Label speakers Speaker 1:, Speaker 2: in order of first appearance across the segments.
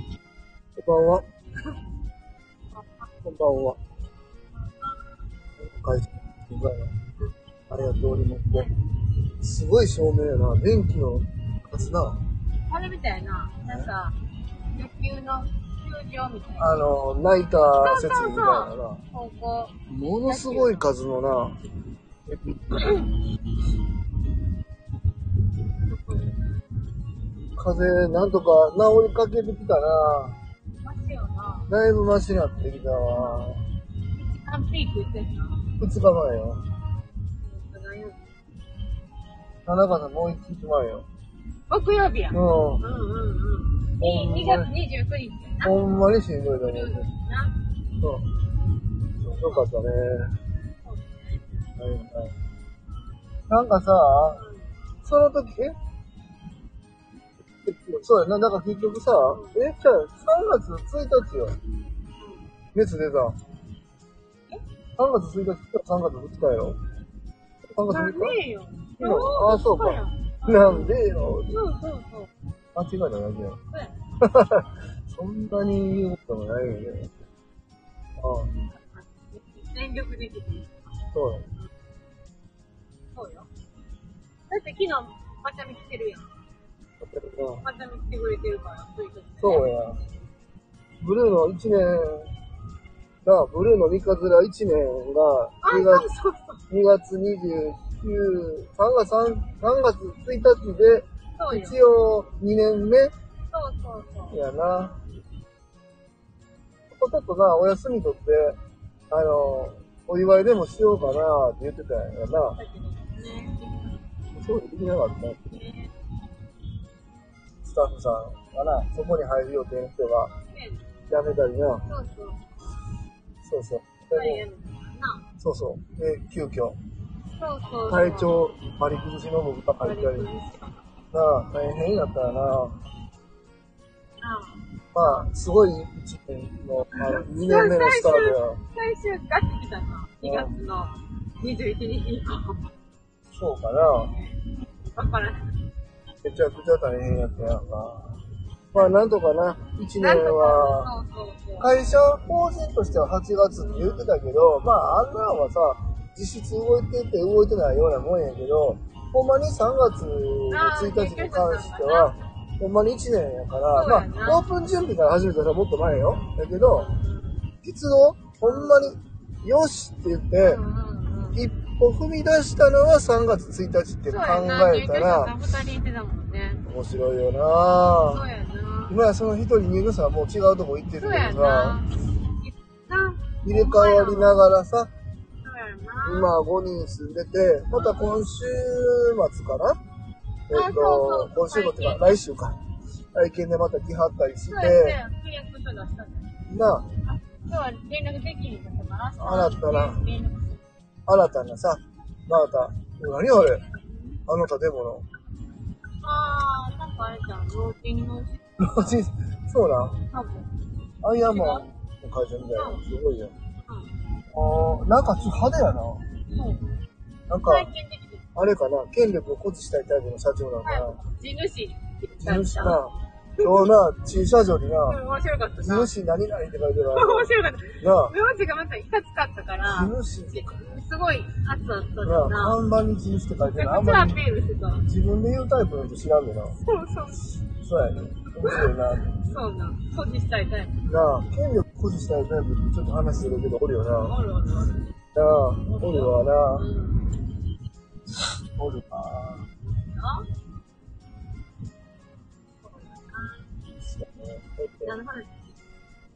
Speaker 1: こんばんは。こんばんは。お会社以外は、あれが通りもって。すごい照明やな。電気の数な。
Speaker 2: あれみたいな、なんか、野球の球場みたいな。
Speaker 1: あの、ナイター設備みたいなな。
Speaker 2: 高校。
Speaker 1: ものすごい数のな。風、なんとか治りかけてきたな。
Speaker 2: マシよな。
Speaker 1: だいぶマシになってきたわ。
Speaker 2: アンピーク言ってんの
Speaker 1: 2日前よ。田中さんもう1日前よ。
Speaker 2: 木曜日や。うん
Speaker 1: う
Speaker 2: うんうん。いい2月29日や
Speaker 1: ん。
Speaker 2: な。
Speaker 1: ほんまにしんどいと思う
Speaker 2: う
Speaker 1: ね
Speaker 2: ん。。な。
Speaker 1: うん。よかったね。
Speaker 2: そう
Speaker 1: はいはい。なんかさ、その時、えそうやな、なんか結局さ、え、じゃあ3月1日よ。熱出た。
Speaker 2: え
Speaker 1: 3月1日、3月2日やろ。3月
Speaker 2: なん
Speaker 1: 3日
Speaker 2: でよ。
Speaker 1: うんあそうか
Speaker 2: や
Speaker 1: なんでよ。
Speaker 2: そうそうそう。
Speaker 1: 間違いなだけや。
Speaker 2: そうや
Speaker 1: そんなに言うこともないよね。ああ、
Speaker 2: 全力できてる。
Speaker 1: そうや。
Speaker 2: そうよ。だって昨日、また見来てるやん。
Speaker 1: だけどな
Speaker 2: また見来てくれてるから、そういうことね
Speaker 1: そうや。ブルーの1年が、ブルーの三日面1年が
Speaker 2: あ、
Speaker 1: 2
Speaker 2: そう
Speaker 1: 月、
Speaker 2: そうそう。
Speaker 1: 2月29、3月3、3月1日で、
Speaker 2: そうよ。
Speaker 1: 一応2年目
Speaker 2: そうそうそう。
Speaker 1: やな。ちょっとな、お休み取って、あの、お祝いでもしようかなって言ってたんやな。
Speaker 2: だけどね。
Speaker 1: そうできなかった。
Speaker 2: ね
Speaker 1: スタッフさんがな、そこに入る予定の人が
Speaker 2: ね
Speaker 1: 辞めたりな。
Speaker 2: そうそう。
Speaker 1: そうそう。
Speaker 2: 大
Speaker 1: で
Speaker 2: 変
Speaker 1: も
Speaker 2: だな。
Speaker 1: そうそう。で、急遽、
Speaker 2: そうそうそう。
Speaker 1: 体調、張り崩しの僕が入
Speaker 2: 悪
Speaker 1: っ
Speaker 2: い
Speaker 1: た
Speaker 2: 感
Speaker 1: り
Speaker 2: じ。
Speaker 1: なあ、大変やったらな。
Speaker 2: あ
Speaker 1: まあ、すごい一年の、あの2年目のスタートや。
Speaker 2: 最終ガッてきたな。2月の21日以降。
Speaker 1: そうかな。
Speaker 2: わからん。
Speaker 1: めちゃくちゃ大変やったやんか。まあ、なんとかな、一年は、
Speaker 2: なんとかそうそうそう。
Speaker 1: 会社法人としては8月って言ってたけど、まあ、あんなんはさ、実質動いてて動いてないようなもんやけど、ほんまに3月の1日に関しては、ほんまに1年やから、
Speaker 2: そうやな
Speaker 1: まあ、オープン準備から始めたらもっと前よ。だけど、鉄道、ほんまに、よしって言って
Speaker 2: う、んうんうん
Speaker 1: 一歩踏み出したのは3月1日って
Speaker 2: そう
Speaker 1: 考
Speaker 2: やな。
Speaker 1: え
Speaker 2: 入居
Speaker 1: た
Speaker 2: 者さ
Speaker 1: ら
Speaker 2: ん、二人いてたもんね。
Speaker 1: 面白いよ
Speaker 2: そ
Speaker 1: な
Speaker 2: うやな。
Speaker 1: 今やその一人にいるさ、もう違うとこ行ってるけど
Speaker 2: そうや
Speaker 1: さ
Speaker 2: な。、な。
Speaker 1: 入れ替わりながらさ、
Speaker 2: そうやな。
Speaker 1: 今5人住んでて、また今週末かなえっ、
Speaker 2: そう
Speaker 1: と、
Speaker 2: そ
Speaker 1: 今週
Speaker 2: う
Speaker 1: 末っていうか、来週か。体験でまた来はったりし
Speaker 2: そうやって
Speaker 1: て、、
Speaker 2: 契約書出したんだよ。
Speaker 1: な、
Speaker 2: あ今日は連絡できんかったから、
Speaker 1: あらったら
Speaker 2: 連絡する
Speaker 1: 新たなさ、また、何あれあの 建物。
Speaker 2: あー、なんかあれじゃん、ローティングして
Speaker 1: 老人そうなん
Speaker 2: 多分。
Speaker 1: アイアンマンの会社みたいな。すごいやん。あーなんかちょっと派手やな。
Speaker 2: うん。そう。
Speaker 1: なんか、
Speaker 2: 最近できて
Speaker 1: あれかな、権力を誇示したいタイプの社長なのか
Speaker 2: はい
Speaker 1: な。
Speaker 2: 地主って
Speaker 1: 地
Speaker 2: 言っ
Speaker 1: 主
Speaker 2: たん
Speaker 1: な、今日な、駐車場に
Speaker 2: うん
Speaker 1: な、
Speaker 2: 面白かったな。
Speaker 1: 地主何々って書いてるあ
Speaker 2: 面白かった。
Speaker 1: れなあ、
Speaker 2: 名字がまたいかつかったから、
Speaker 1: 地主
Speaker 2: すごい圧あった
Speaker 1: な
Speaker 2: よな。
Speaker 1: 看板に地主って書いて
Speaker 2: めち
Speaker 1: る
Speaker 2: ゃ
Speaker 1: あん
Speaker 2: くちゃ
Speaker 1: ま
Speaker 2: ア
Speaker 1: り
Speaker 2: ピールしてた。
Speaker 1: 自分で言うタイプの人知らんのな。
Speaker 2: そうそう。
Speaker 1: そうやね。面白いな。
Speaker 2: そうなん。掃除したいタイプ。
Speaker 1: なあ、権力誇示したいタイプってちょっと話するけどおるよな。な
Speaker 2: おるおるおる。
Speaker 1: あ、おるわ
Speaker 2: う
Speaker 1: な。
Speaker 2: ん。
Speaker 1: おるわ。
Speaker 2: あ
Speaker 1: そうやね
Speaker 2: なるほど。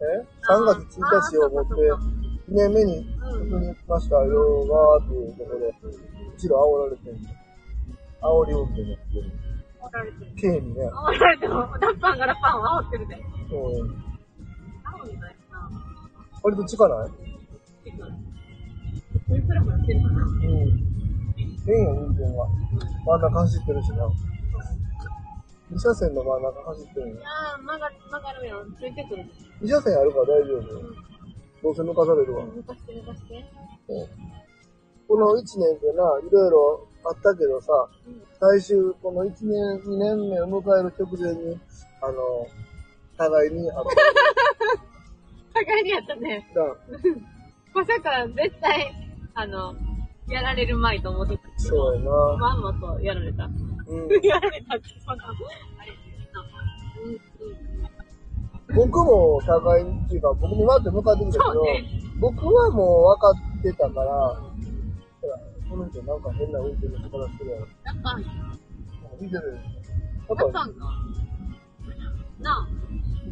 Speaker 1: え ?3 月1日をもって
Speaker 2: あーそっかそっか
Speaker 1: 2年目に僕に行きましたよーっていうところで、うちら煽られてんの。煽り運転やってる。
Speaker 2: おられてる。
Speaker 1: 刑にね。
Speaker 2: 煽られても、ラッパンがラッパンを煽ってるで。
Speaker 1: うん。
Speaker 2: 煽るんだよな。
Speaker 1: 割と近ない
Speaker 2: てかそれプラもやってるか
Speaker 1: う
Speaker 2: な。
Speaker 1: ん。変や運転は。真ん中走ってるしな。2車線の真ん中走ってるの。
Speaker 2: ああ、曲がる、曲がるやん。ついてくる。
Speaker 1: 2車線あるから大丈夫よ。どうせ抜かされるわ。
Speaker 2: 抜かして抜かして。
Speaker 1: この1年でな、いろいろあったけどさ、
Speaker 2: うん。
Speaker 1: 最終、この1年、2年目を迎える直前に、あの、互いに、あの、
Speaker 2: 互いにやったね。
Speaker 1: じゃあ、
Speaker 2: まさか、絶対、あの、やられる前と思ってたけど。
Speaker 1: そうやな。
Speaker 2: まんまとやられた。
Speaker 1: うん。
Speaker 2: やられたって、そんな。あれなんかうんうん
Speaker 1: 僕も互いにっていうか、僕も待って向かってきたけ
Speaker 2: そ
Speaker 1: ど、
Speaker 2: うね。
Speaker 1: 僕はもう分かってたから、ほらこの人なんか変な運転の仕方してるやろ。
Speaker 2: なんか、
Speaker 1: 見てるや
Speaker 2: な
Speaker 1: ろ。
Speaker 2: ん
Speaker 1: なんか、
Speaker 2: か、なあ、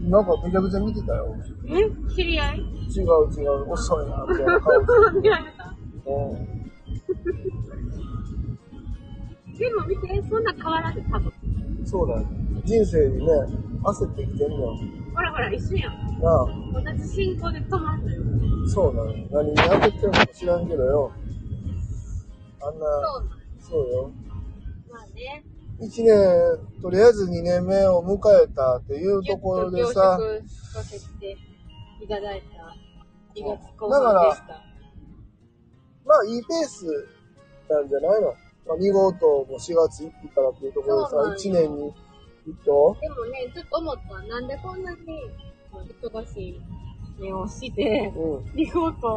Speaker 1: なんかめちゃくちゃ見てたよ。
Speaker 2: え知り合い
Speaker 1: 違う違う、遅いな、みたいな顔して
Speaker 2: 見られた。
Speaker 1: うん
Speaker 2: でも見て、そんな変わらず多分。
Speaker 1: そうだよ。人生にね、焦ってきてんのよ。
Speaker 2: ほらほら、一緒やん。
Speaker 1: なあ、
Speaker 2: 同じ進行で止まんのよ。
Speaker 1: そうなの。何に焦ってるのか知らんけどよ。あんな、
Speaker 2: そうなの。
Speaker 1: そうよ。
Speaker 2: まあね。
Speaker 1: 一年、とりあえず二年目を迎えたっていうところでさ、
Speaker 2: やっと凝縮させていただいた2月後
Speaker 1: だか
Speaker 2: 半
Speaker 1: ら
Speaker 2: でした。
Speaker 1: まあいいペースなんじゃないの、まあ、見事も4月1日からっていうところ
Speaker 2: そうなん
Speaker 1: で
Speaker 2: よ
Speaker 1: さ、1年に1頭
Speaker 2: でもね、ちょっと思ったわなんでこんなに忙しい目をして、
Speaker 1: う
Speaker 2: リポート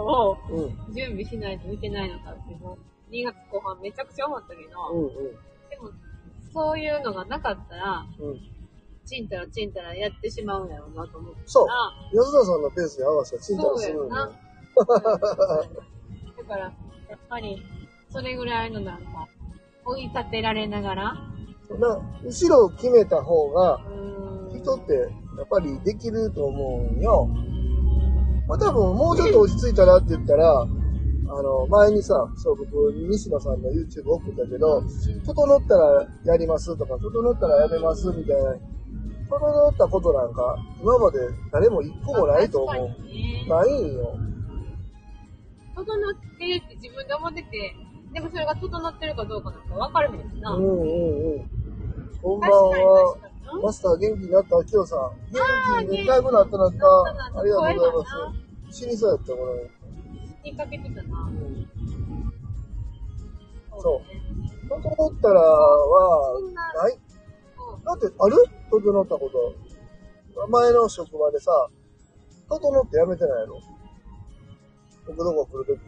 Speaker 2: を
Speaker 1: ん、うん、
Speaker 2: 準備しないといけないのかっていうのを、2月後半めちゃくちゃ思ったけ
Speaker 1: う
Speaker 2: ど、
Speaker 1: ん、
Speaker 2: でも、そういうのがなかったら、
Speaker 1: うん、うん。
Speaker 2: ちんたらちんたらやってしまうんやろうなと思ったから、
Speaker 1: そう吉田さんのペースに合わせたら、ちんたら
Speaker 2: そう
Speaker 1: す
Speaker 2: や
Speaker 1: るんだよ
Speaker 2: な。だから、やっぱり、それぐらいのなんか、追い立てられながら、
Speaker 1: な後ろを決めた方が、
Speaker 2: うーん
Speaker 1: 人ってやっぱりできると思うんよ。まあ多分もうちょっと落ち着いたらって言ったら、あの、前にさ、そう僕、三島さんの YouTube 送ったけど、整ったらやりますとか、整ったらやめますみたいな、整ったことなんか、今まで誰も一個もないと思
Speaker 2: 確かに
Speaker 1: う。
Speaker 2: ね
Speaker 1: ないんよ。
Speaker 2: 整ってるって自分で思ってて、でもそれが整ってるかどうかなんか分かるんですな。
Speaker 1: うんうんうん。こんばん
Speaker 2: 確かに
Speaker 1: は
Speaker 2: 確。かに。
Speaker 1: マスター元気になったきよさん。
Speaker 2: あー
Speaker 1: 元気にだいぶなったなっ。
Speaker 2: 元気になったた
Speaker 1: ありがとうござい
Speaker 2: 声が
Speaker 1: ます。死にそうやった、これ。
Speaker 2: 気にかけてたな。ね
Speaker 1: 整ったらは
Speaker 2: そんな、
Speaker 1: ない。
Speaker 2: そう
Speaker 1: だって、ある整ったこと。前の職場でさ、整ってやめてないやろ。僕どこ来るとき。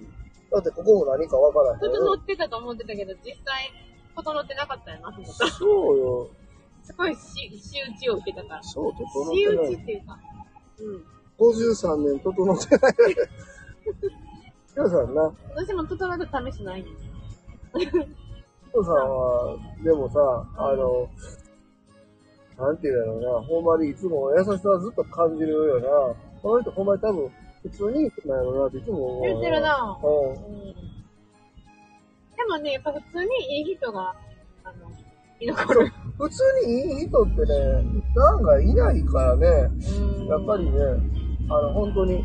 Speaker 1: だって、ここも何かわからへんや
Speaker 2: 整
Speaker 1: ろ。
Speaker 2: ってたと思ってたけど、実際、整ってなかったよな、と思った。
Speaker 1: そうよ。
Speaker 2: すごいし仕打ちを受けたから。
Speaker 1: そう、整
Speaker 2: 仕
Speaker 1: っ
Speaker 2: 打
Speaker 1: て
Speaker 2: ち
Speaker 1: な
Speaker 2: っ
Speaker 1: い。
Speaker 2: ていうか、うん。
Speaker 1: 53年整ってない。 皆さんな、
Speaker 2: 私も整った試しないね。
Speaker 1: お父さんは、でもさ、あの、なんていうんだろうな、ほんまにいつも優しさはずっと感じるよな。この人ほんまに多分、普通にいい人なんやろうなっていつも思う。
Speaker 2: 言ってるな
Speaker 1: う。
Speaker 2: うんん。でもね、やっぱ普通にいい人が、あの、居残る。
Speaker 1: 普通にいい人ってね、なんかいないからね、
Speaker 2: うん
Speaker 1: やっぱりね、あの、本当に、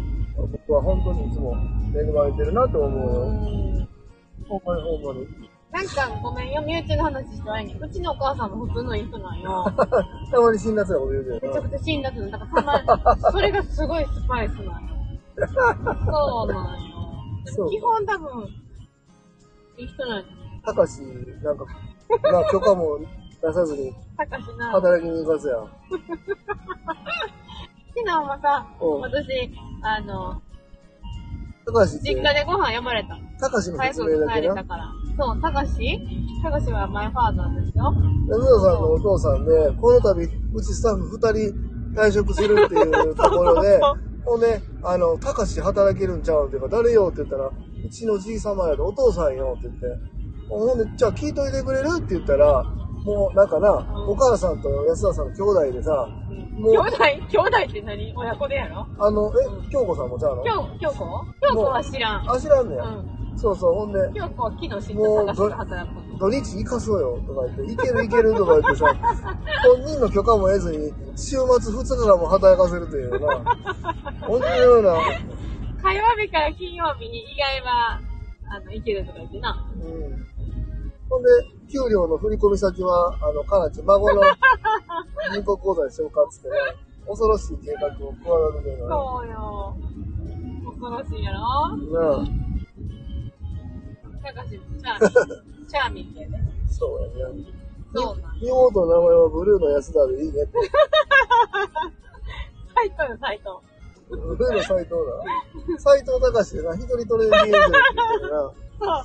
Speaker 1: 僕は本当にいつも恵まれてるなと思うよ。
Speaker 2: うん
Speaker 1: ほんまにほんまに。
Speaker 2: なんかごめんよ、身内の話してないね。うちのお母さんも普通のいい人な んよ。
Speaker 1: たまに辛辣なこと言うけど
Speaker 2: めちゃ
Speaker 1: な。
Speaker 2: くちゃ辛辣な。だからたま、それがすごいスパイスなんよ。そうなんよ。
Speaker 1: そう
Speaker 2: 基本多分、いい人なんよ。
Speaker 1: たかし、なんか、まあ許可も出さずに
Speaker 2: たかしな。
Speaker 1: 働きに行かずやん。
Speaker 2: 昨日もさ、
Speaker 1: うん
Speaker 2: 私、あの、
Speaker 1: たかしって
Speaker 2: 実、家でご飯呼ばれた。
Speaker 1: たかしの
Speaker 2: 早
Speaker 1: 説
Speaker 2: く
Speaker 1: 明だ
Speaker 2: 帰
Speaker 1: け
Speaker 2: れ
Speaker 1: な。
Speaker 2: たから。そう、たかしたかしはマイファーザーですよ。
Speaker 1: ラムダさんのお父さんで、この度、うちスタッフ2人退職するっていうとこ ろで、ほんで、あの、たかし働けるんちゃうんっていうか、誰よって言ったら、うちのじい様やで、お父さんよって言って、ほんで、じゃあ聞いといてくれるって言ったら、もう、なんかな、
Speaker 2: ん
Speaker 1: お母さんと安田さんの兄弟でさ、もう
Speaker 2: 兄弟兄弟って何親子でやろ
Speaker 1: あの、
Speaker 2: う
Speaker 1: え、京子さんもちゃうの
Speaker 2: 京京子京子は知らん。
Speaker 1: あ、知らんね
Speaker 2: う
Speaker 1: や。
Speaker 2: ん。
Speaker 1: そうそう、ほんで、
Speaker 2: 京子は昨日知ったたかしが働くこ
Speaker 1: 土
Speaker 2: と。
Speaker 1: 日行かそうよとか言って、行ける行けるとか言ってさ、 本人の許可も得ずに、週末2日からも働かせるというな、本当のような、
Speaker 2: 火曜日から金曜日に以外は、あの、行けるとか言ってな。
Speaker 1: うん。ほんで、給料の振込先は、あの、かなち、孫の銀行口座にしようかっつってね、恐ろしい計画を企てるのよ
Speaker 2: そうよ。恐ろしいやろ
Speaker 1: な
Speaker 2: たかしもチャーミ ン。チャーミンだよね。
Speaker 1: あそうやね。
Speaker 2: そうなん。
Speaker 1: 妹の名前はブルーの安田でいいねって。
Speaker 2: 斎藤よ、斎藤。
Speaker 1: 例の斎藤だ。斎藤隆でな、一人トレンビエンゼルって言ってるな。
Speaker 2: そう。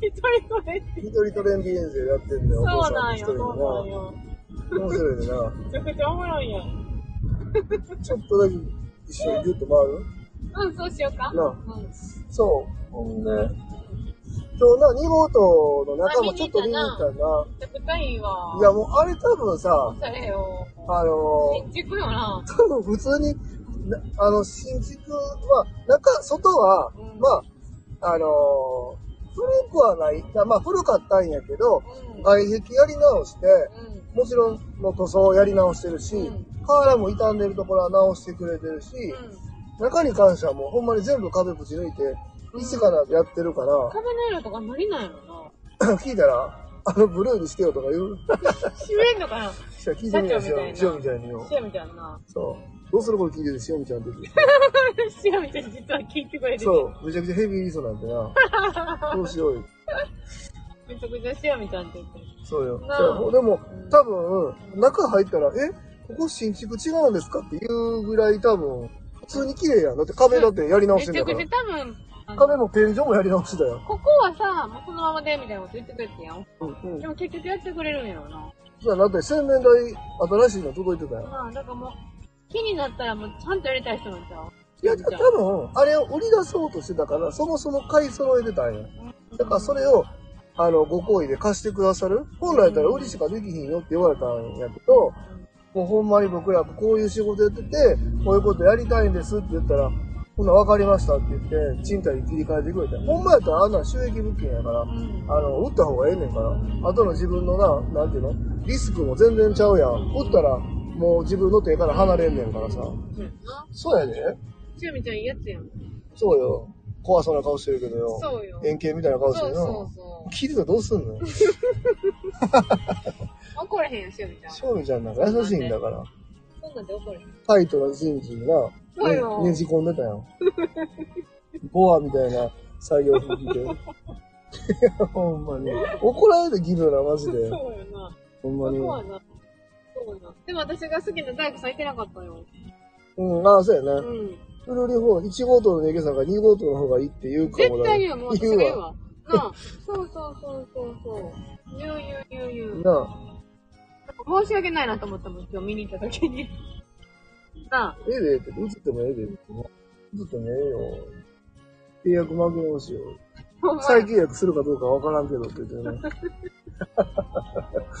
Speaker 2: 一人とれって。
Speaker 1: 一人トレンビエンゼルやってんだよ、
Speaker 2: そ
Speaker 1: お父
Speaker 2: う
Speaker 1: さ
Speaker 2: なんん
Speaker 1: 一人
Speaker 2: よ、そ
Speaker 1: で
Speaker 2: うなんよ。
Speaker 1: な。面白いでな。
Speaker 2: めちゃくちゃおもろいやん。
Speaker 1: ちょっとだけ一緒にギュッと回る
Speaker 2: うん、そうしようか。
Speaker 1: なあ
Speaker 2: うん。
Speaker 1: そう。ほんで、今日な、二号棟の中もちょっと見に行ったな。
Speaker 2: めちゃくちゃいいわ。
Speaker 1: いや、もうあれ多分さ、
Speaker 2: それよ。
Speaker 1: あのー、
Speaker 2: 新築よな。
Speaker 1: 多分普通に、なあの、新築は、中、外は、
Speaker 2: うん
Speaker 1: まあ、あのー古くはない、あまあ古かったんやけど、
Speaker 2: うん。
Speaker 1: 外壁やり直して、
Speaker 2: うん。
Speaker 1: もちろんの塗装やり直してるし、
Speaker 2: うん
Speaker 1: 瓦も傷んでるところは直してくれてるし、中に関してはもうほんまに全部壁ぶち抜いて、一からやってるから、
Speaker 2: 壁の色とか無理なんやろ
Speaker 1: 聞いたら、あのブルーにしてよとか言う。
Speaker 2: な。知れんのかな
Speaker 1: 聞いてみよう、しおみしおみちゃんによ。
Speaker 2: シアみたいな。
Speaker 1: そう。どうするこれ聞いてて、しおみちゃんの時。
Speaker 2: シアみたいに実は聞いてくれてる。
Speaker 1: そう、めちゃくちゃヘビーリソなんてな。どうしようよ。
Speaker 2: めちゃくちゃシアみたいに言ってる。
Speaker 1: そうよ。
Speaker 2: なあ
Speaker 1: だからでも、多分、中入ったら、え、ここ新築違うんですかっていうぐらい多分、普通に綺麗やん。だって壁だってやり直
Speaker 2: め
Speaker 1: し
Speaker 2: ち
Speaker 1: てん
Speaker 2: ゃ
Speaker 1: だか
Speaker 2: く
Speaker 1: ら
Speaker 2: ちゃ。多分、あの
Speaker 1: 壁も天井もやり直しだよ。
Speaker 2: ここはさ、もうそのままでみたいなこと言ってくれてんやん。
Speaker 1: うんうん
Speaker 2: で。も結局やってくれるんやろな。
Speaker 1: そうだだって洗面台新しいの届いてたよ。
Speaker 2: まあ、だからもう、気になったらもうちゃんとやりたい人なんちゃう
Speaker 1: いや、
Speaker 2: シ
Speaker 1: 多
Speaker 2: アみたい
Speaker 1: 分、あれを売り出そうとしてたから、そもそも買い揃えてたんや。
Speaker 2: な
Speaker 1: だからそれを、あの、ご好意で貸してくださる本来やったら売りしかできひんよって言われたんやけど、もうほんまに僕らこういう仕事やってて、こういうことやりたいんですって言ったら、ほな分かりましたって言って、賃貸に切り替えてくれて。ほんまやったらあんなん収益物件やから、
Speaker 2: うん。
Speaker 1: あの、売った方がええねんから、後の自分のな、なんていうのリスクも全然ちゃうやん。売ったら、もう自分の手から離れんねんからさ。
Speaker 2: そうやな。
Speaker 1: そうやで。
Speaker 2: シアみたいにやってやん。
Speaker 1: そうよ。怖そうな顔してるけどよ。
Speaker 2: そうよ。
Speaker 1: 円形みたいな顔
Speaker 2: そう
Speaker 1: して
Speaker 2: そう
Speaker 1: るの。
Speaker 2: そ
Speaker 1: 聞いてたらどうすんの
Speaker 2: う。怒らへんやん、シアみたいな。
Speaker 1: 勝利ちゃんなんか優しいんだから。
Speaker 2: そんなんで怒らへん。
Speaker 1: タイトな人事にな、
Speaker 2: そうよ
Speaker 1: ねねじ込ん でたよ。ボアみたいな作業服着て。い や、ほんまに。怒られるギブな、マジ
Speaker 2: そう
Speaker 1: で。
Speaker 2: よな。
Speaker 1: ほんま
Speaker 2: そ
Speaker 1: に
Speaker 2: こ。はな。そうよな。でも私が好きな大工さんいてなかったよ。
Speaker 1: うん、ああ、そうや
Speaker 2: う
Speaker 1: ね。
Speaker 2: ん。
Speaker 1: フルリフォー、1号棟のネケさんが2号棟の方がいいって言うかも
Speaker 2: 絶
Speaker 1: だ
Speaker 2: 対言うよ、もう私が
Speaker 1: 言
Speaker 2: 言う
Speaker 1: うわ。
Speaker 2: わ。なあ。そうそうそうそうそう。言う言う言う言う。
Speaker 1: なあ、
Speaker 2: 申し訳ないなと思ったもん、今日見に行った時に。 なあ。
Speaker 1: ええでって、映ってもええでってね。映ってもええよ。契約負け直しよ。
Speaker 2: ほんま
Speaker 1: 再契約するかどうかわからんけどって言ってね。
Speaker 2: な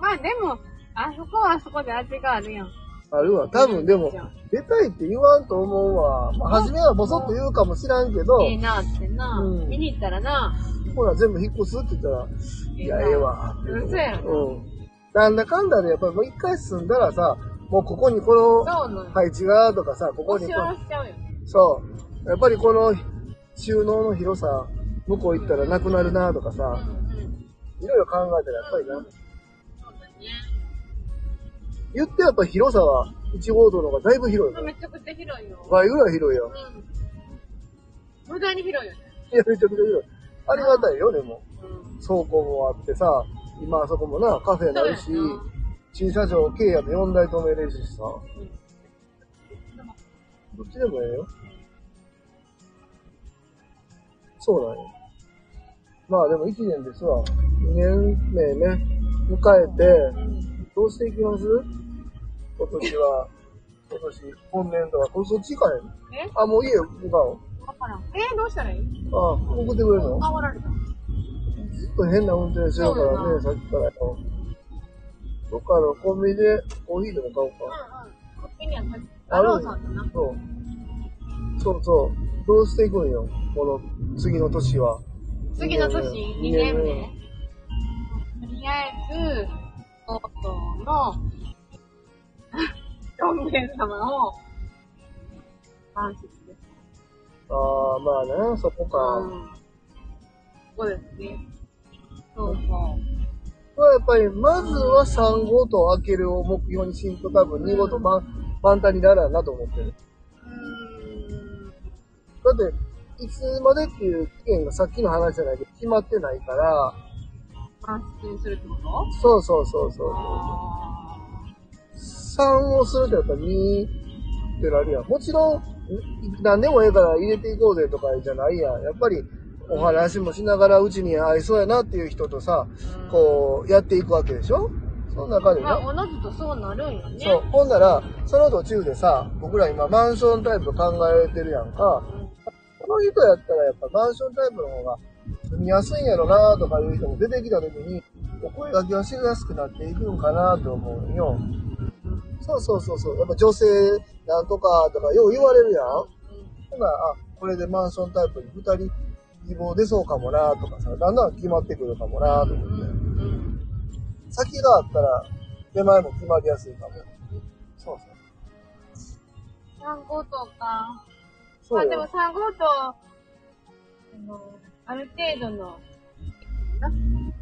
Speaker 2: まあでも、あそこはあそこで味があるやん。
Speaker 1: あるわ。多分でも
Speaker 2: いいじゃん、
Speaker 1: 出たいって言わんと思うわ。まあ、初めはボソッと言うかもしらんけど、
Speaker 2: ええなってな、
Speaker 1: うん
Speaker 2: 見に行ったらな。
Speaker 1: ほら、全部引っ越すって言ったら、いや、ええわ。って言う
Speaker 2: 嘘やろ
Speaker 1: うん。なんだかんだで、やっぱりもう一回住んだらさ、もうここにこの
Speaker 2: そうなの。
Speaker 1: 配置がとかさ、ここ
Speaker 2: 押
Speaker 1: に
Speaker 2: し
Speaker 1: こ
Speaker 2: 下ろしちゃうよね。
Speaker 1: そう。やっぱりこの収納の広さ、向こう行ったらなくなるなとか
Speaker 2: うん
Speaker 1: さ、
Speaker 2: うん。
Speaker 1: いろいろ考えたらやっぱりな。
Speaker 2: そうだね。
Speaker 1: 言ってやっぱ広さは1号棟の方がだいぶ広いから。
Speaker 2: めちゃくちゃ広いよ。
Speaker 1: 倍ぐらい広いよ。
Speaker 2: うん。無駄に広いよね。
Speaker 1: いや、めちゃくちゃ広い。ありがたいよ、でも。
Speaker 2: うん。
Speaker 1: 倉庫もあってさ、今あそこもな、カフェないし
Speaker 2: そうやな、
Speaker 1: 駐車場、軽やで4台止めれるしさ、どっちでもええよ。そうなんよ。まあでも1年ですわ。2年目ね、迎えて、
Speaker 2: うん。
Speaker 1: どうしていきます今年は、今年、今年度は、これそっち行かへん
Speaker 2: え
Speaker 1: あ、もう家、向かう
Speaker 2: わからん。えー、どうしたらいい
Speaker 1: あ、送ってくれるの
Speaker 2: あ、おられた。
Speaker 1: ずっと変な運転してるからね、さっきからよ。どっかのコンビニでコーヒーでも買おう
Speaker 2: うん
Speaker 1: か。
Speaker 2: うん。こっちには立ち、あろうさんとな。
Speaker 1: そう。そうそう。どうしていくんよ、この次の年は。
Speaker 2: 次の年、2年目。
Speaker 1: 二
Speaker 2: とりあえず、とうとうの、ど んげん様を、満喫です。
Speaker 1: ああ、まあね、そこか。
Speaker 2: うん。そうですね。そうそう。
Speaker 1: まあやっぱり、まずは3号と開けるを目標にしんと多分2号と満満タンにならんなと思ってる。
Speaker 2: う
Speaker 1: だって、いつまでっていう期限がさっきの話じゃないけど、決まってないから、
Speaker 2: ーん。満喫にするってこと
Speaker 1: そうそうそうそう。
Speaker 2: あ
Speaker 1: 算をするってやっぱ2ってなるやん。もちろん、何でもええから入れていこうぜとかじゃないやん。やっぱり、お話もしながらうちに合いそうやなっていう人とさ、こう、やっていくわけでしょその中で
Speaker 2: ま
Speaker 1: な。
Speaker 2: あ、おのずとそうなるんよね。
Speaker 1: そう。ほんなら、その途中でさ、僕ら今マンションタイプと考えてるやんか。この人やったらやっぱマンションタイプの方が住みやすいんやろなとかいう人も出てきた時に、お声掛けをしやすくなっていくんかなと思うんよ。そうそうそうそう。やっぱ女性なんとかとかよう言われるやん。ほな、あ、これでマンションタイプに2人希望出そうかもなとかさ、だんだん決まってくるかもなと
Speaker 2: うん。
Speaker 1: 思
Speaker 2: う
Speaker 1: って。
Speaker 2: ん。うん。
Speaker 1: 先があったら手前も決まりやすいかも。そうそう。
Speaker 2: 産後とか。
Speaker 1: そ
Speaker 2: まあ
Speaker 1: う
Speaker 2: で
Speaker 1: よ
Speaker 2: も産後と、あの、ある程度の、な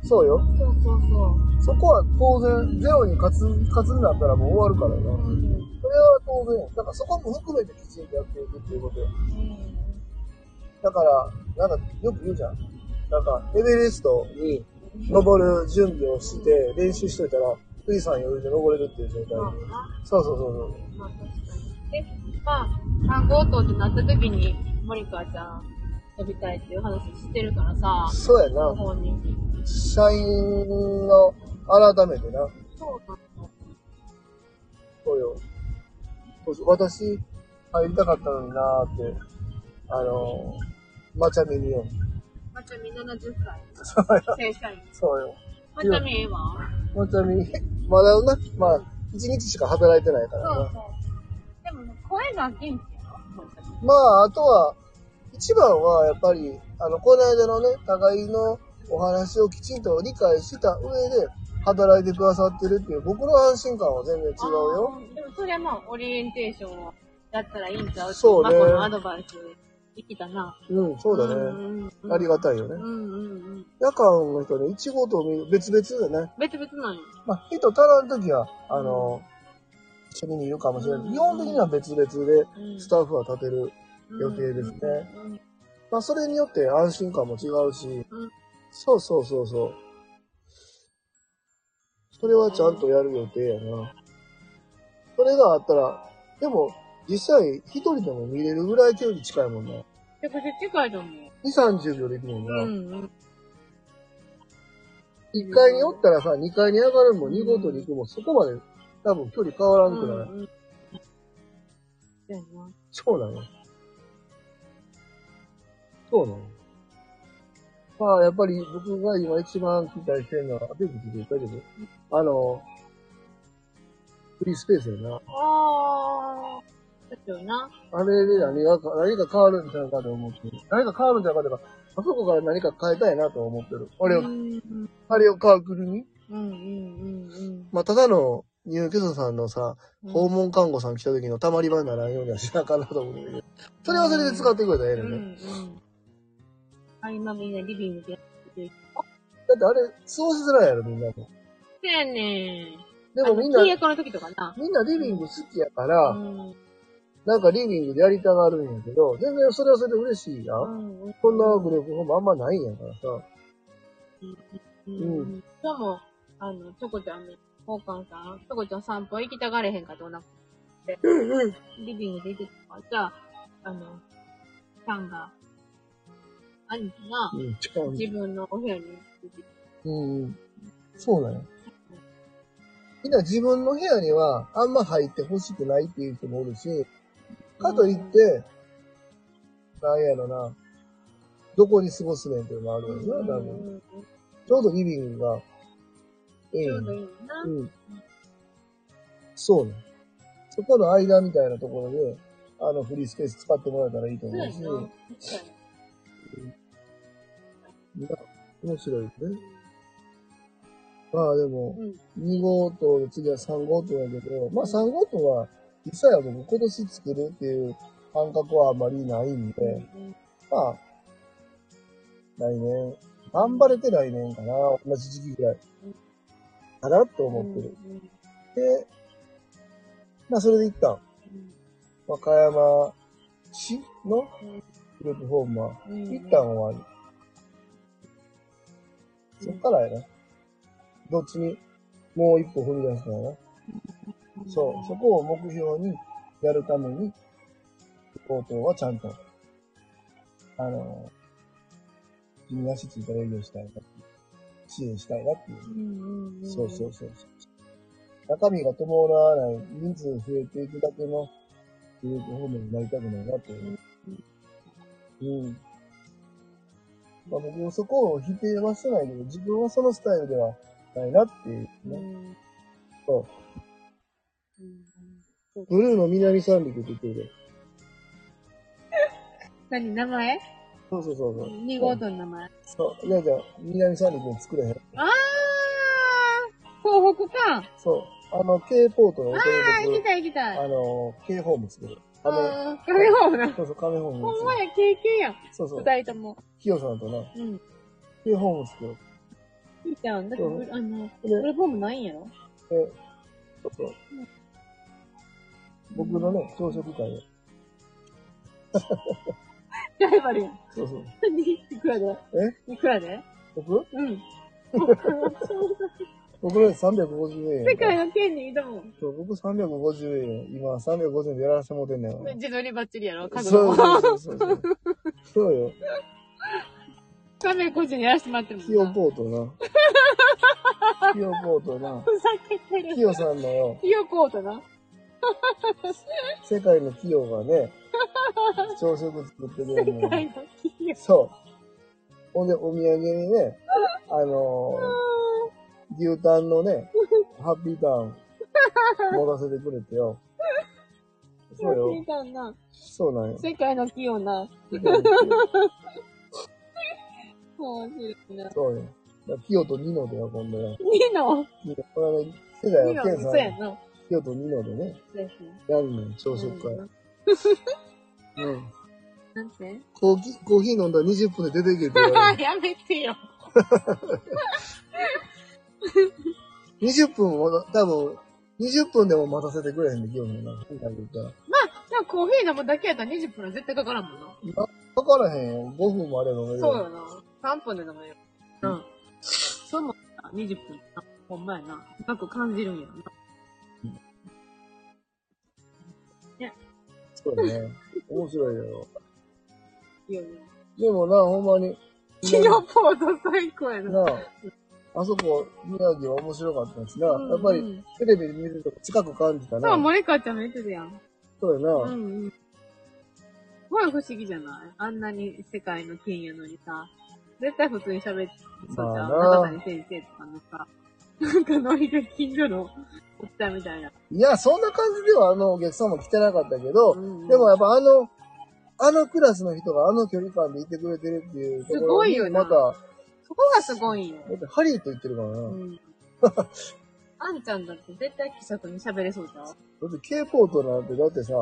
Speaker 1: そうよ。
Speaker 2: そうそうそう。
Speaker 1: そこは当然、ゼロに勝つ、勝つになったらもう終わるからな。
Speaker 2: うん。
Speaker 1: それは当然。だからそこも含めてきちんとやっていくっていうことよ。だから、なんかよく言うじゃん。なんか、エベレストに登る準備をして、練習しといたら、富士山余裕で登れるっていう状態
Speaker 2: まあな。
Speaker 1: そうそうそうそう。
Speaker 2: まあ確かに。で、まあ、産後とってなった時に、森川ちゃん飛びたいっていう話してるからさ、
Speaker 1: そうやな。
Speaker 2: 本人に。
Speaker 1: 社員の改めてな。
Speaker 2: そうなの。
Speaker 1: そうよ。私、入りたかったのになーって、あのー、まちゃみによ。
Speaker 2: まちゃみ70歳。
Speaker 1: そうよ。
Speaker 2: 正社員。
Speaker 1: そうよ。
Speaker 2: まちゃみええわ。
Speaker 1: まちゃみ、 まだな、まあ、一日しか働いてないか
Speaker 2: そう
Speaker 1: らな。
Speaker 2: そう。でも、声が元気やろまちゃみ
Speaker 1: まあ、あとは、一番はやっぱり、あの、この間のね、互いのお話をきちんと理解した上で、働いてくださってるっていう、僕の安心感は全然違うよ。
Speaker 2: あーでもそれはまあ、オリエンテーションをやったらいいんちゃう
Speaker 1: そうね
Speaker 2: マコのアドバイスできたな。
Speaker 1: うん、そうだね。
Speaker 2: んうん
Speaker 1: ありがたいよ
Speaker 2: うん
Speaker 1: ね。
Speaker 2: うんうん。
Speaker 1: 夜間の人ね、一号と別々でね、
Speaker 2: 別々なんよ。
Speaker 1: まあ、人足らんときは、あの、一緒にいるかもしれない。基本的には別々で、
Speaker 2: うん
Speaker 1: スタッフは立てる。予定ですね
Speaker 2: うん
Speaker 1: まあ、それによって安心感も違うし、
Speaker 2: うん
Speaker 1: そうそうそうそう。それはちゃんとやる予定やな。それがあったら、でも、実際、一人でも見れるぐらい距離近いもんな。2、
Speaker 2: めちゃくちゃ近いと思う。
Speaker 1: 30秒で行くもん
Speaker 2: う
Speaker 1: な。
Speaker 2: んうん。
Speaker 1: 一1階におったらさ、2階に上がるも2号とに行くも、そこまで多分距離変わらんくない。
Speaker 2: うんうんそうやな
Speaker 1: そうなのそうなのまあ、やっぱり僕が今一番期待してるのは、あ、でも大丈夫あの、フリースペースやな。
Speaker 2: あー。ちょっとな。
Speaker 1: あれで何がか、何か変わるんちゃうかと思ってる。何か変わるんちゃうかとか、あそこから何か変えたいなと思ってる。あれを、
Speaker 2: うん
Speaker 1: あれを皮切りに。
Speaker 2: うんうんうん
Speaker 1: まあ、ただの入居者さんのさ、
Speaker 2: うん。
Speaker 1: 訪問看護さん来た時のたまり場にならんようにはしなあかんなと思ってるけど。それはそれで使ってくれたらええの
Speaker 2: うんう
Speaker 1: ね。
Speaker 2: ん。あ、今みんなリビングでやってる。
Speaker 1: だってあれ、過ごしづらいやろ、みんなも。
Speaker 2: そうやね
Speaker 1: でもみんな
Speaker 2: 契、約の時とかな。
Speaker 1: みんなリビング好きやから、
Speaker 2: うん。
Speaker 1: なんかリビングでやりたがるんやけど、全然それはそれで嬉しいや。
Speaker 2: うんんうん。
Speaker 1: こんなグループホームあんまないんやからさ。
Speaker 2: うん。今日も、あの、チョコちゃんに、交換さん、チョコちゃん散歩行きたがれへんかとお腹
Speaker 1: うんうん。
Speaker 2: リビングで出てたから、じゃあ、あの、さんが、兄貴が
Speaker 1: うん、近い。
Speaker 2: 自分のお部屋に出てき
Speaker 1: うんうん。そうなんや。みんな自分の部屋にはあんま入ってほしくないっていう人もおるし、かといって、なんやろな、どこに過ごすねんっていうのもあ
Speaker 2: た。
Speaker 1: るよな、多分。
Speaker 2: うん
Speaker 1: ちょうどリビングが、ええん
Speaker 2: ち
Speaker 1: やな
Speaker 2: ょうどいいよな。
Speaker 1: うん。そうね。そこの間みたいなところで、あの、フリースペース使ってもらえたらいいと思うし、
Speaker 2: そうやな。そうやな
Speaker 1: な面白いね。まあでも、
Speaker 2: うん。
Speaker 1: 2号棟の次は3号棟やけど、まあ3号棟は、実際は僕今年作るっていう感覚はあまりないんで、まあ、来年、頑張れて来年かな、同じ時期ぐらい
Speaker 2: うん、
Speaker 1: かなと
Speaker 2: うん
Speaker 1: 思ってる。
Speaker 2: うん
Speaker 1: で、まあそれで一旦、和歌山市のグループホームは、
Speaker 2: うんうん
Speaker 1: 一旦終わり。そっからやな。どっちにもう一歩踏み出すのやな。
Speaker 2: うん
Speaker 1: そう、そこを目標にやるために、応答はちゃんと、あの、君がしついたら営業したいなっていう、支援したいなっていう。
Speaker 2: うんうん。
Speaker 1: そうそうそうそう。中身が伴わない、人数増えていくだけのグループホームになりたくないなという。うん。まあ僕もそこを否定はしてないけど、自分はそのスタイルではないなっていう
Speaker 2: う
Speaker 1: ね。
Speaker 2: ん。
Speaker 1: そう
Speaker 2: うん。
Speaker 1: ブルーの南三陸って言ってるで。
Speaker 2: 何、名前
Speaker 1: そうそうそうそう。
Speaker 2: 二号棟の名前。
Speaker 1: そう。いやじゃあ、南三陸を作れへん。
Speaker 2: あー東北か。
Speaker 1: そう。あの、K ポートの
Speaker 2: あ
Speaker 1: 音
Speaker 2: ー、行き
Speaker 1: で
Speaker 2: たい行きたい。
Speaker 1: あの、K ホーム作る。
Speaker 2: あ
Speaker 1: 亀、
Speaker 2: ー、カメホームな。
Speaker 1: そうそう、亀ホーム
Speaker 2: ほん
Speaker 1: 作
Speaker 2: ま
Speaker 1: る。
Speaker 2: や、経験やん。
Speaker 1: そうそう。
Speaker 2: 二人とも。
Speaker 1: ヒヨさんとね、
Speaker 2: うん。
Speaker 1: K ホーム作る。
Speaker 2: いいじゃん。だって、
Speaker 1: うん
Speaker 2: あの、
Speaker 1: で
Speaker 2: プレフォームないんやろ
Speaker 1: え、そうそう。僕のね、朝食会で。
Speaker 2: ライバルやん。
Speaker 1: そうそう。
Speaker 2: 何いくらでいくらで
Speaker 1: 僕
Speaker 2: うん。
Speaker 1: 僕のやつ350円。
Speaker 2: 世界の権利挑む。
Speaker 1: そう、僕350円。今350円でやらせてもうてんねん。
Speaker 2: 自撮りばっちりやろ家
Speaker 1: そう
Speaker 2: 族も。
Speaker 1: そうそうそう。そうよ。
Speaker 2: カメ個人にやらせてもらってもんな。
Speaker 1: キヨポートな。キヨポートな。
Speaker 2: ふざけてる。
Speaker 1: キヨさんのよ、
Speaker 2: ひよこうとな。
Speaker 1: 世界のキヨがね、朝食作ってくれる
Speaker 2: 世
Speaker 1: の
Speaker 2: 界
Speaker 1: に。
Speaker 2: の企業。
Speaker 1: そう。ほんで、お土産にね、あのー、牛タンのね、ハッピーターン、持たせてくれてよ。そうよ。
Speaker 2: たんな。
Speaker 1: そうなんよ。
Speaker 2: 世界の企業な。面白いな。
Speaker 1: そうよ。だからキヨとニノでよ、今度よ。
Speaker 2: ニノ
Speaker 1: ニノこれね、世代
Speaker 2: ニ
Speaker 1: は
Speaker 2: ノ
Speaker 1: ケン
Speaker 2: 嘘や
Speaker 1: さ
Speaker 2: んな。
Speaker 1: ん、キヨとニノでね、
Speaker 2: そうや
Speaker 1: や
Speaker 2: な
Speaker 1: んねん、朝食会。うん。
Speaker 2: なんて
Speaker 1: コーヒー、コーヒー飲んだら20分で出ていけって言われる。
Speaker 2: やめてよ。
Speaker 1: 20分も、多分、20分でも待たせてくれへんで、キヨもな。今言ったら。
Speaker 2: じゃあコーヒー飲むだけやったら20分は絶対かからんもんな。
Speaker 1: かからへんよ。5分もあれば飲めるよ
Speaker 2: そうよな。3分で飲める。うん。そうもな、20分。ほんまやな。深く感じるんやろな。
Speaker 1: そうね。面白いよ。
Speaker 2: いいよね。
Speaker 1: でもな、ほんまに。
Speaker 2: キヨポート最高やな。
Speaker 1: なあ、あそこ、宮城は面白かったしな。
Speaker 2: うん
Speaker 1: やっぱり、テレビで見てると近く感じたな。
Speaker 2: そう、森川ちゃんも言ってたやん。
Speaker 1: そうや
Speaker 2: う
Speaker 1: な。
Speaker 2: んうん。すごい不思議じゃないあんなに世界の県やのにさ、絶対普通に喋ってそうじゃん。
Speaker 1: まあな
Speaker 2: 中谷先生とかのさ、なんかノリが近所のおっちゃんみたいな。
Speaker 1: いや、そんな感じではあのお客さんも来てなかったけど、
Speaker 2: うんうん
Speaker 1: でもやっぱあの、あのクラスの人があの距離感でいてくれてるっていうところに
Speaker 2: すごいよな
Speaker 1: また、だ
Speaker 2: そこがすごいよ。
Speaker 1: ってハリウッド行ってるからな。
Speaker 2: うん。あんちゃんだって絶対気さくに喋れそうじゃん。
Speaker 1: だって K ポートなんて、だってさ、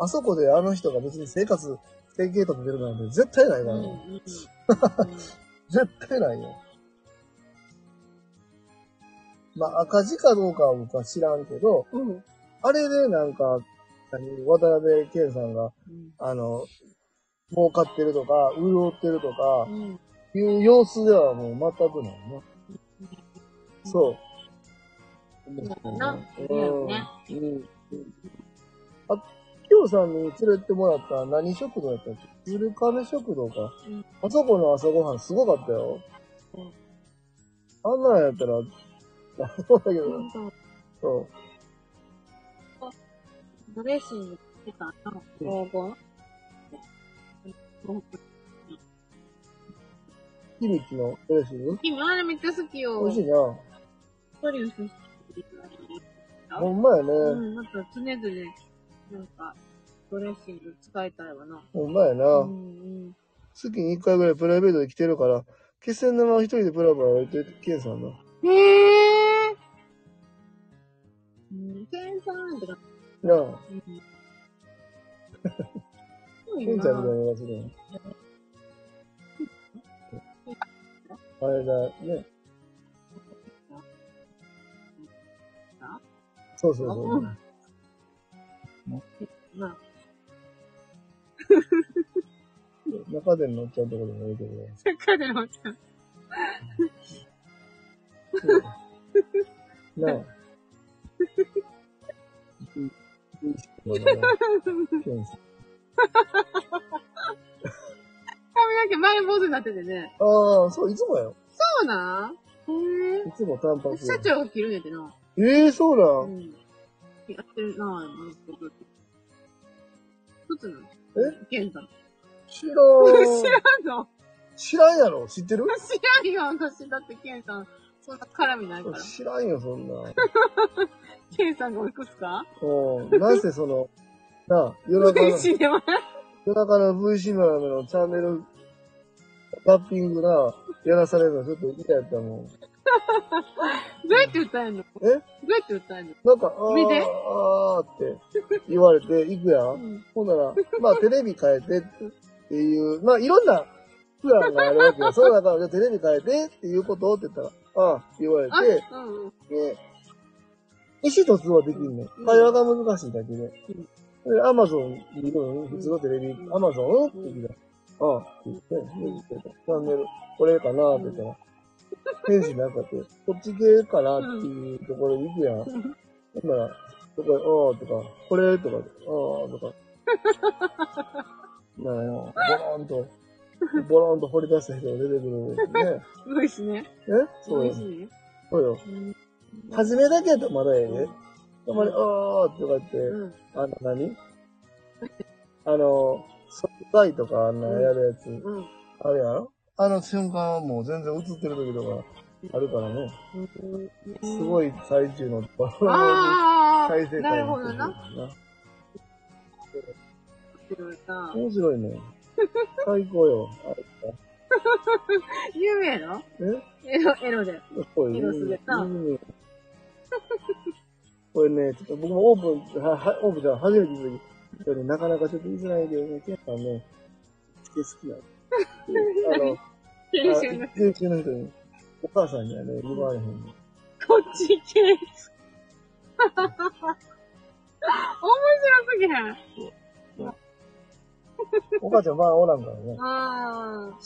Speaker 1: あそこであの人が別に生活、生計立ててるなんて絶対ないから
Speaker 2: うん
Speaker 1: な、
Speaker 2: うんうん。
Speaker 1: 絶対ないよ。まあ、赤字かどうかは僕は知らんけど、
Speaker 2: うん。うん
Speaker 1: あれでなんか、何渡辺謙さんが、あの、儲かってるとか、潤ってるとか、
Speaker 2: うん。
Speaker 1: いう様子ではもう全くないね。そう。
Speaker 2: そうやな
Speaker 1: うん
Speaker 2: そうやろね
Speaker 1: うん。あ、きょうさんに連れてもらった何食堂やったっけ鶴亀食堂か
Speaker 2: うん。
Speaker 1: あそこの朝ごはんすごかったよ
Speaker 2: うん。
Speaker 1: あんなんやったら、 あそうだけどな、
Speaker 2: そう
Speaker 1: そう。
Speaker 2: ドレッシングしてたの、黄金。うん
Speaker 1: ひみきのドレッシング
Speaker 2: 君、あれめっちゃ好きよ。
Speaker 1: 美味しいな。
Speaker 2: トリウス好き。
Speaker 1: ほんまやね。
Speaker 2: うん、なんか常々、なんか、ドレッシング使いたいわな。
Speaker 1: ほんまやな。
Speaker 2: うんうん。
Speaker 1: 月に1回ぐらいプライベートで来てるから、気仙沼は一人でプラプラ歩いてるケンさんな。
Speaker 2: へえ。うん、ケンさんってか、
Speaker 1: なあ、
Speaker 2: うん。
Speaker 1: ケ
Speaker 2: すごい
Speaker 1: ン
Speaker 2: な
Speaker 1: ちゃんみたいなやつだよ。あれだ、ね。そうそうそう。
Speaker 2: な
Speaker 1: 中でのおっちゃんとこでもいいけど。
Speaker 2: あ、中でもちゃん。
Speaker 1: なあ。これねピョンさん
Speaker 2: 髪の毛前坊主になっててね。
Speaker 1: ああ、そう、いつもやよ。
Speaker 2: そうなんへ
Speaker 1: いつも短
Speaker 2: え。
Speaker 1: 髪
Speaker 2: 社
Speaker 1: や。
Speaker 2: 長が着るんやてな。
Speaker 1: ええそう
Speaker 2: う
Speaker 1: なん。
Speaker 2: ん。やってるなぁ、ずっと。一つなの
Speaker 1: え
Speaker 2: ケンさん。
Speaker 1: 知
Speaker 2: 知
Speaker 1: らん。
Speaker 2: らんの
Speaker 1: 知らんやろ知ってる
Speaker 2: 知らんよ、私。だってケンさん、そんな絡みないから。
Speaker 1: 知らんよ、そんな。
Speaker 2: ケンさんがおいくつか
Speaker 1: うん。なんせその、なあ、夜中の
Speaker 2: 嬉、しいでもない。
Speaker 1: 夜中の VC のラムのチャンネル、タッピングな、やらされるのちょっと嫌やったもん。
Speaker 2: どうやって歌えんの
Speaker 1: え
Speaker 2: どうやって歌えんの
Speaker 1: なんか、あー
Speaker 2: 見て
Speaker 1: あーって言われて、行くや。
Speaker 2: うんん。
Speaker 1: ほんなら、まあテレビ変えてっていう、まあいろんなプランがあるわけよ。その中でじゃあテレビ変えてっていうことって言ったら、ああって言われ
Speaker 2: あ、
Speaker 1: て、
Speaker 2: うんうん。
Speaker 1: ね、意思疎通はできんね
Speaker 2: うん
Speaker 1: ん。会話が難しいだけで。で、アマゾン見るのに、普通のテレビ
Speaker 2: う、ん
Speaker 1: アマゾンって聞いたら、ああ、って言って、でチャンネル、これかなって言ったら、天使なんかって、こっち系かなっていうところに行くやん。ほんなら、そこで、ああ、とか、これとか、ああ、とか。 なんや、ボロンと、ボロンと掘り出した人が出てくる ね。
Speaker 2: すごいしね。
Speaker 1: え
Speaker 2: す
Speaker 1: そう
Speaker 2: ごい
Speaker 1: よ
Speaker 2: し。ね。
Speaker 1: そうよ。
Speaker 2: うん。
Speaker 1: 初めだけやったらまだええね。たまに、ああ、とかって、
Speaker 2: うん。
Speaker 1: あの何、あの、素材とかあんなやるやつ、
Speaker 2: うん。
Speaker 1: あれやろあの瞬間はもう全然映ってる時とかあるからね。す
Speaker 2: い。
Speaker 1: ごい最中のバラの
Speaker 2: あ
Speaker 1: 再
Speaker 2: あ、
Speaker 1: 生
Speaker 2: な
Speaker 1: 回
Speaker 2: るほ
Speaker 1: に
Speaker 2: ど
Speaker 1: なっ
Speaker 2: な。
Speaker 1: てるな。
Speaker 2: 面白
Speaker 1: 面白
Speaker 2: いな。
Speaker 1: いね。最高よ。
Speaker 2: 有名な
Speaker 1: あれえ
Speaker 2: エロ、エロで。
Speaker 1: これ、
Speaker 2: エロスでな
Speaker 1: うん これね、ちょっと僕もオープン、ははオープンじゃん、初めて見る時これねなかなかちょっと言いづらいけどね、ケンさんね、好き好きなの。 あの、
Speaker 2: 研修の。
Speaker 1: 研修の人に、お母さんにはね、言われへんの。
Speaker 2: こっち系。面白すぎへん。
Speaker 1: お母ちゃんまあおらんからね。
Speaker 2: ああ。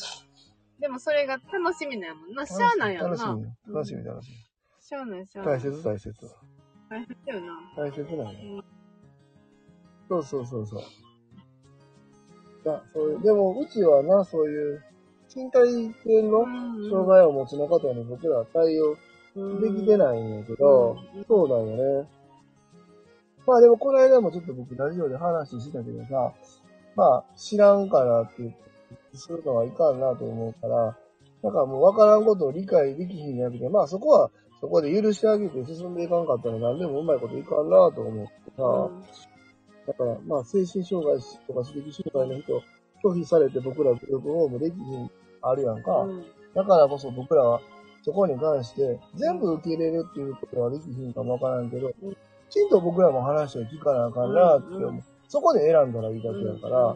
Speaker 2: でもそれが楽しみなんやもんな。しゃあなんやろ
Speaker 1: 楽
Speaker 2: な。
Speaker 1: しみよ。楽し
Speaker 2: う
Speaker 1: み、
Speaker 2: ん
Speaker 1: 楽しみ。
Speaker 2: しゃあない、しゃあな
Speaker 1: 大
Speaker 2: い。
Speaker 1: 切、大切。
Speaker 2: 大切よな。
Speaker 1: 大切なの
Speaker 2: う
Speaker 1: ね
Speaker 2: ん。
Speaker 1: そうそうそうそう。だそういう、でも、うちはな、そういう、身体系の
Speaker 2: うん
Speaker 1: 障害をお持ちの方に僕らは対応できて
Speaker 2: い。
Speaker 1: ないんやけど
Speaker 2: うん、
Speaker 1: そうだよね。まあでも、この間もちょっと僕、ラジオで話したけどさ、まあ、知らんからって言って、するのはいかんなと思うから、だからもう分からんことを理解できひんやけど、まあそこは、そこで許してあげて進んでいかんかったら何でもうまいこといかんなと思ってさ、
Speaker 2: うん
Speaker 1: だから、まあ、精神障害とか知的障害の人、拒否されて僕らグループホームできひん、あるやんか。
Speaker 2: うん
Speaker 1: だからこそ僕らは、そこに関して、全部受け入れるっていうことはできひんかもわからんけど、きちんと僕らも話を聞かなあかんなって思う。
Speaker 2: うんうん
Speaker 1: そこで選んだらいいだけやから、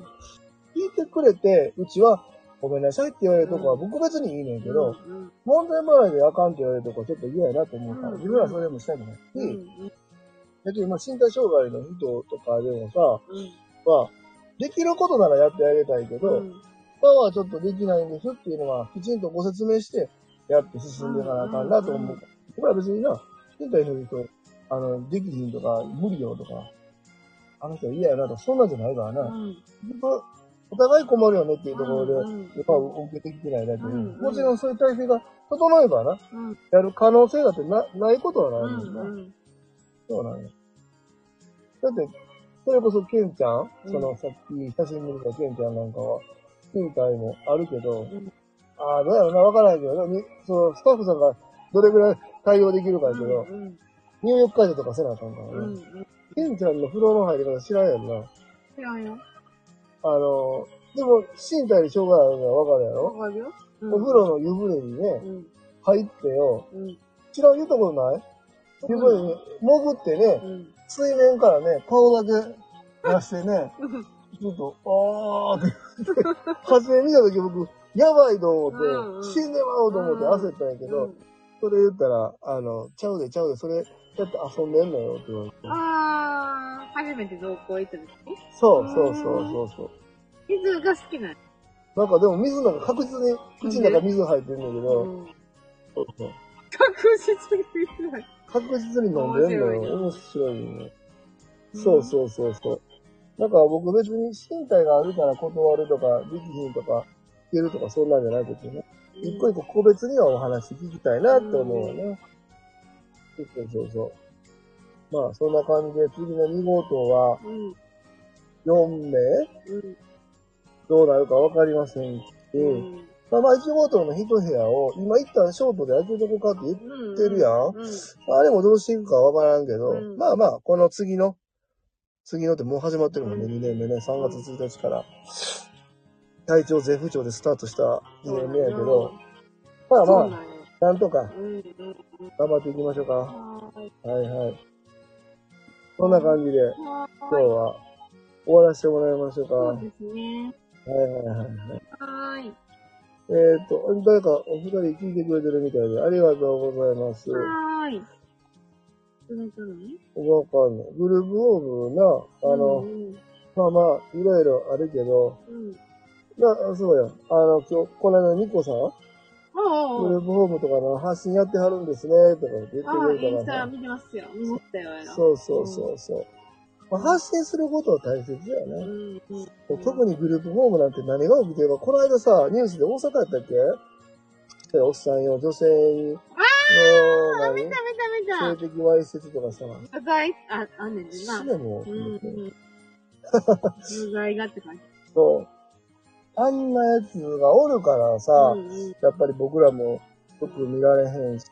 Speaker 1: 聞いてくれて、うちは、ごめんなさいって言われるとこは僕別にいいねんけど、
Speaker 2: うん
Speaker 1: 問題もないであかんって言われるとこはちょっと嫌やなと思うから、
Speaker 2: うん
Speaker 1: 自分はそれもしたくないし、
Speaker 2: うんうん
Speaker 1: 逆にまあ身体障害の人とかでもさ、
Speaker 2: うん
Speaker 1: は、できることならやってあげたいけど、
Speaker 2: うん
Speaker 1: パワーちょっとできないんですっていうのは、きちんとご説明して、やって進んでいかなあかんなと思
Speaker 2: う
Speaker 1: う。僕ら別にな、身体障害と、あの、できひんとか、無理よとか、あの人は嫌やなとか、そんなんじゃないから
Speaker 2: う
Speaker 1: な。
Speaker 2: ん
Speaker 1: お互い困るよねっていうところで、
Speaker 2: う
Speaker 1: や
Speaker 2: ん
Speaker 1: っぱ受けてきてないだけで、
Speaker 2: うん
Speaker 1: もちろんそういう体制が整えばな、
Speaker 2: うん
Speaker 1: やる可能性だってな、ないことは
Speaker 2: う
Speaker 1: ないもん
Speaker 2: ん
Speaker 1: な。
Speaker 2: うん
Speaker 1: そうなんや。だって、それこそケンちゃん、
Speaker 2: うん
Speaker 1: そのさっき写真見るたケンちゃんなんかは、身体もあるけど、
Speaker 2: ん
Speaker 1: ああ、どうやろうな、わからないけどね、みそのスタッフさんがどれぐらい対応できるかやけど、
Speaker 2: うん
Speaker 1: 入浴会社とかせなあかんからね。
Speaker 2: うんうん
Speaker 1: ケンちゃんの風呂の入り方知らんやんな。
Speaker 2: 知らんよ。
Speaker 1: あの、でも、身体に障害あるのはわかるやろ、
Speaker 2: わかるよ。
Speaker 1: お風呂の湯船にね、
Speaker 2: うん
Speaker 1: 入ってよ、
Speaker 2: うん
Speaker 1: 知らん言うたことない湯船に潜ってね、
Speaker 2: うん
Speaker 1: 水面からね、顔だけ出してね、ちょっと、あーって、初め見たとき僕、やばいと思って、
Speaker 2: うんうん
Speaker 1: 死んでまおうと思って焦ったんやけど、
Speaker 2: うん
Speaker 1: それ言ったら、あの、ちゃうでちゃうで、それ、だって遊んでんのよって言われて。
Speaker 2: ああ、初めて同行行った時
Speaker 1: そうそうそうそうそう。
Speaker 2: 水が好きなんや
Speaker 1: なんかでも水なんか確実に、口の中水入ってんだけど、
Speaker 2: うん
Speaker 1: そうそう
Speaker 2: 確実に水が
Speaker 1: 確実に飲んでんの
Speaker 2: 面白いな
Speaker 1: よ。面白いね。そうそうそうそう。だから僕別に身体があるから断るとか、できひんとか、いけるとかそんなんじゃないけどね。一個一個個別にはお話聞きたいなって思うよね。そうそうそうそう。まあそんな感じで次の2号棟は
Speaker 2: うん。うん。
Speaker 1: 4名
Speaker 2: うん。
Speaker 1: どうなるかわかりませんし、
Speaker 2: うん。
Speaker 1: まあまあ1号棟の1部屋を今一旦ショートで開けとこうかって言っ
Speaker 2: うん。
Speaker 1: てるやん。
Speaker 2: うん。
Speaker 1: まあれもどうしていくかわからんけど、
Speaker 2: うん
Speaker 1: まあまあ、この次の、次のってもう始まってるもんね、
Speaker 2: うん
Speaker 1: 2年目ね、3月1日から。体調絶不調でスタートした2年目やけど、まあ
Speaker 2: そうなん
Speaker 1: ま
Speaker 2: や。
Speaker 1: あ、なんとか
Speaker 2: うん。うん。
Speaker 1: 頑張っていきましょうか。
Speaker 2: はーい。
Speaker 1: はいはい。そんな感じで、
Speaker 2: は
Speaker 1: 今日
Speaker 2: ーい。
Speaker 1: は終わらせてもらいましょうか。
Speaker 2: そ
Speaker 1: は
Speaker 2: うです
Speaker 1: いは
Speaker 2: ね。
Speaker 1: いはい。
Speaker 2: はーい。
Speaker 1: えっ、と、誰かお二人聞いてくれてるみたいで、ありがとうございます。
Speaker 2: はーい。届くのね
Speaker 1: わかんない。グループホームな、あの、
Speaker 2: うん
Speaker 1: まあまあ、いろいろあるけど、
Speaker 2: うん。うん
Speaker 1: な、そうや。あの、今日、この間、ニコさん、
Speaker 2: おう
Speaker 1: グ
Speaker 2: お
Speaker 1: ル
Speaker 2: う。
Speaker 1: ープホームとかの発信やってはるんですね、とか言って
Speaker 2: ああ、
Speaker 1: く
Speaker 2: イ
Speaker 1: れ
Speaker 2: ン
Speaker 1: る
Speaker 2: ス
Speaker 1: か
Speaker 2: タ
Speaker 1: らな。
Speaker 2: 見てましたよ。見ましたよ、あれ
Speaker 1: そうそうそうそう。まあ、発信することは大切だよ
Speaker 2: う
Speaker 1: ね。
Speaker 2: ん。うん
Speaker 1: 特にグループホームなんて何が起きてるか、この間さ、ニュースで大阪やったっけおっさんよ、女性の、何
Speaker 2: 見た見た
Speaker 1: 性
Speaker 2: 見
Speaker 1: 的わいせつとかさ、
Speaker 2: た。具材、あ、あんねんで
Speaker 1: 死
Speaker 2: な。
Speaker 1: ねもう、
Speaker 2: うんうん。具材がって感じ。
Speaker 1: そう。あんなやつがおるからさ、
Speaker 2: うん
Speaker 1: やっぱり僕らもよく見られへんし、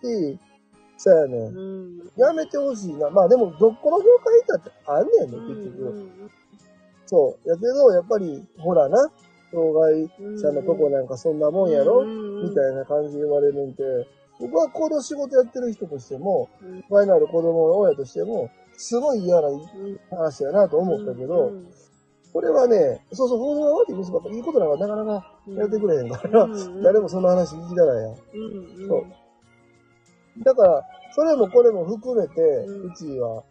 Speaker 1: そやね。
Speaker 2: うんん。うん。
Speaker 1: やめてほしいな。まあでも、どこの業界行ったってあんねんね、結局。そう。やけど、やっぱり、ほらな、障害者のとこなんかそんなもんやろ、みた
Speaker 2: い
Speaker 1: いな感じで言われるんで、僕はこの仕事やってる人としても、
Speaker 2: うん
Speaker 1: ファイナル子供の親としても、すごい嫌な
Speaker 2: うん
Speaker 1: 話やなと思ったけど、
Speaker 2: うん
Speaker 1: これはね、そうそう、法律が悪いミスばっかりいいことなんかなかなか
Speaker 2: うん
Speaker 1: やってくれへんから、
Speaker 2: うん
Speaker 1: 誰もその話聞きたないやん。
Speaker 2: うんうん
Speaker 1: そうだから、それもこれも含めて、
Speaker 2: ん
Speaker 1: うちは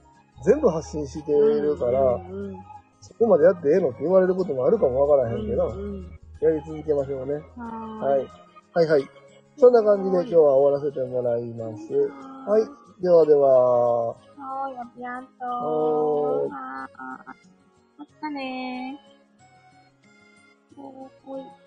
Speaker 1: 全部発信しているから、
Speaker 2: うんうん
Speaker 1: そこまでやってええのって言われることもあるかもわからへんけど、
Speaker 2: うん
Speaker 1: やり続けましょうね。
Speaker 2: うんは
Speaker 1: は
Speaker 2: ー。
Speaker 1: い。はいはい。そんな感じで今日は終わらせてもらいます。はいい。ではでは、
Speaker 2: はーい、ありがとう。
Speaker 1: はーい
Speaker 2: はーい。またねー。おーい。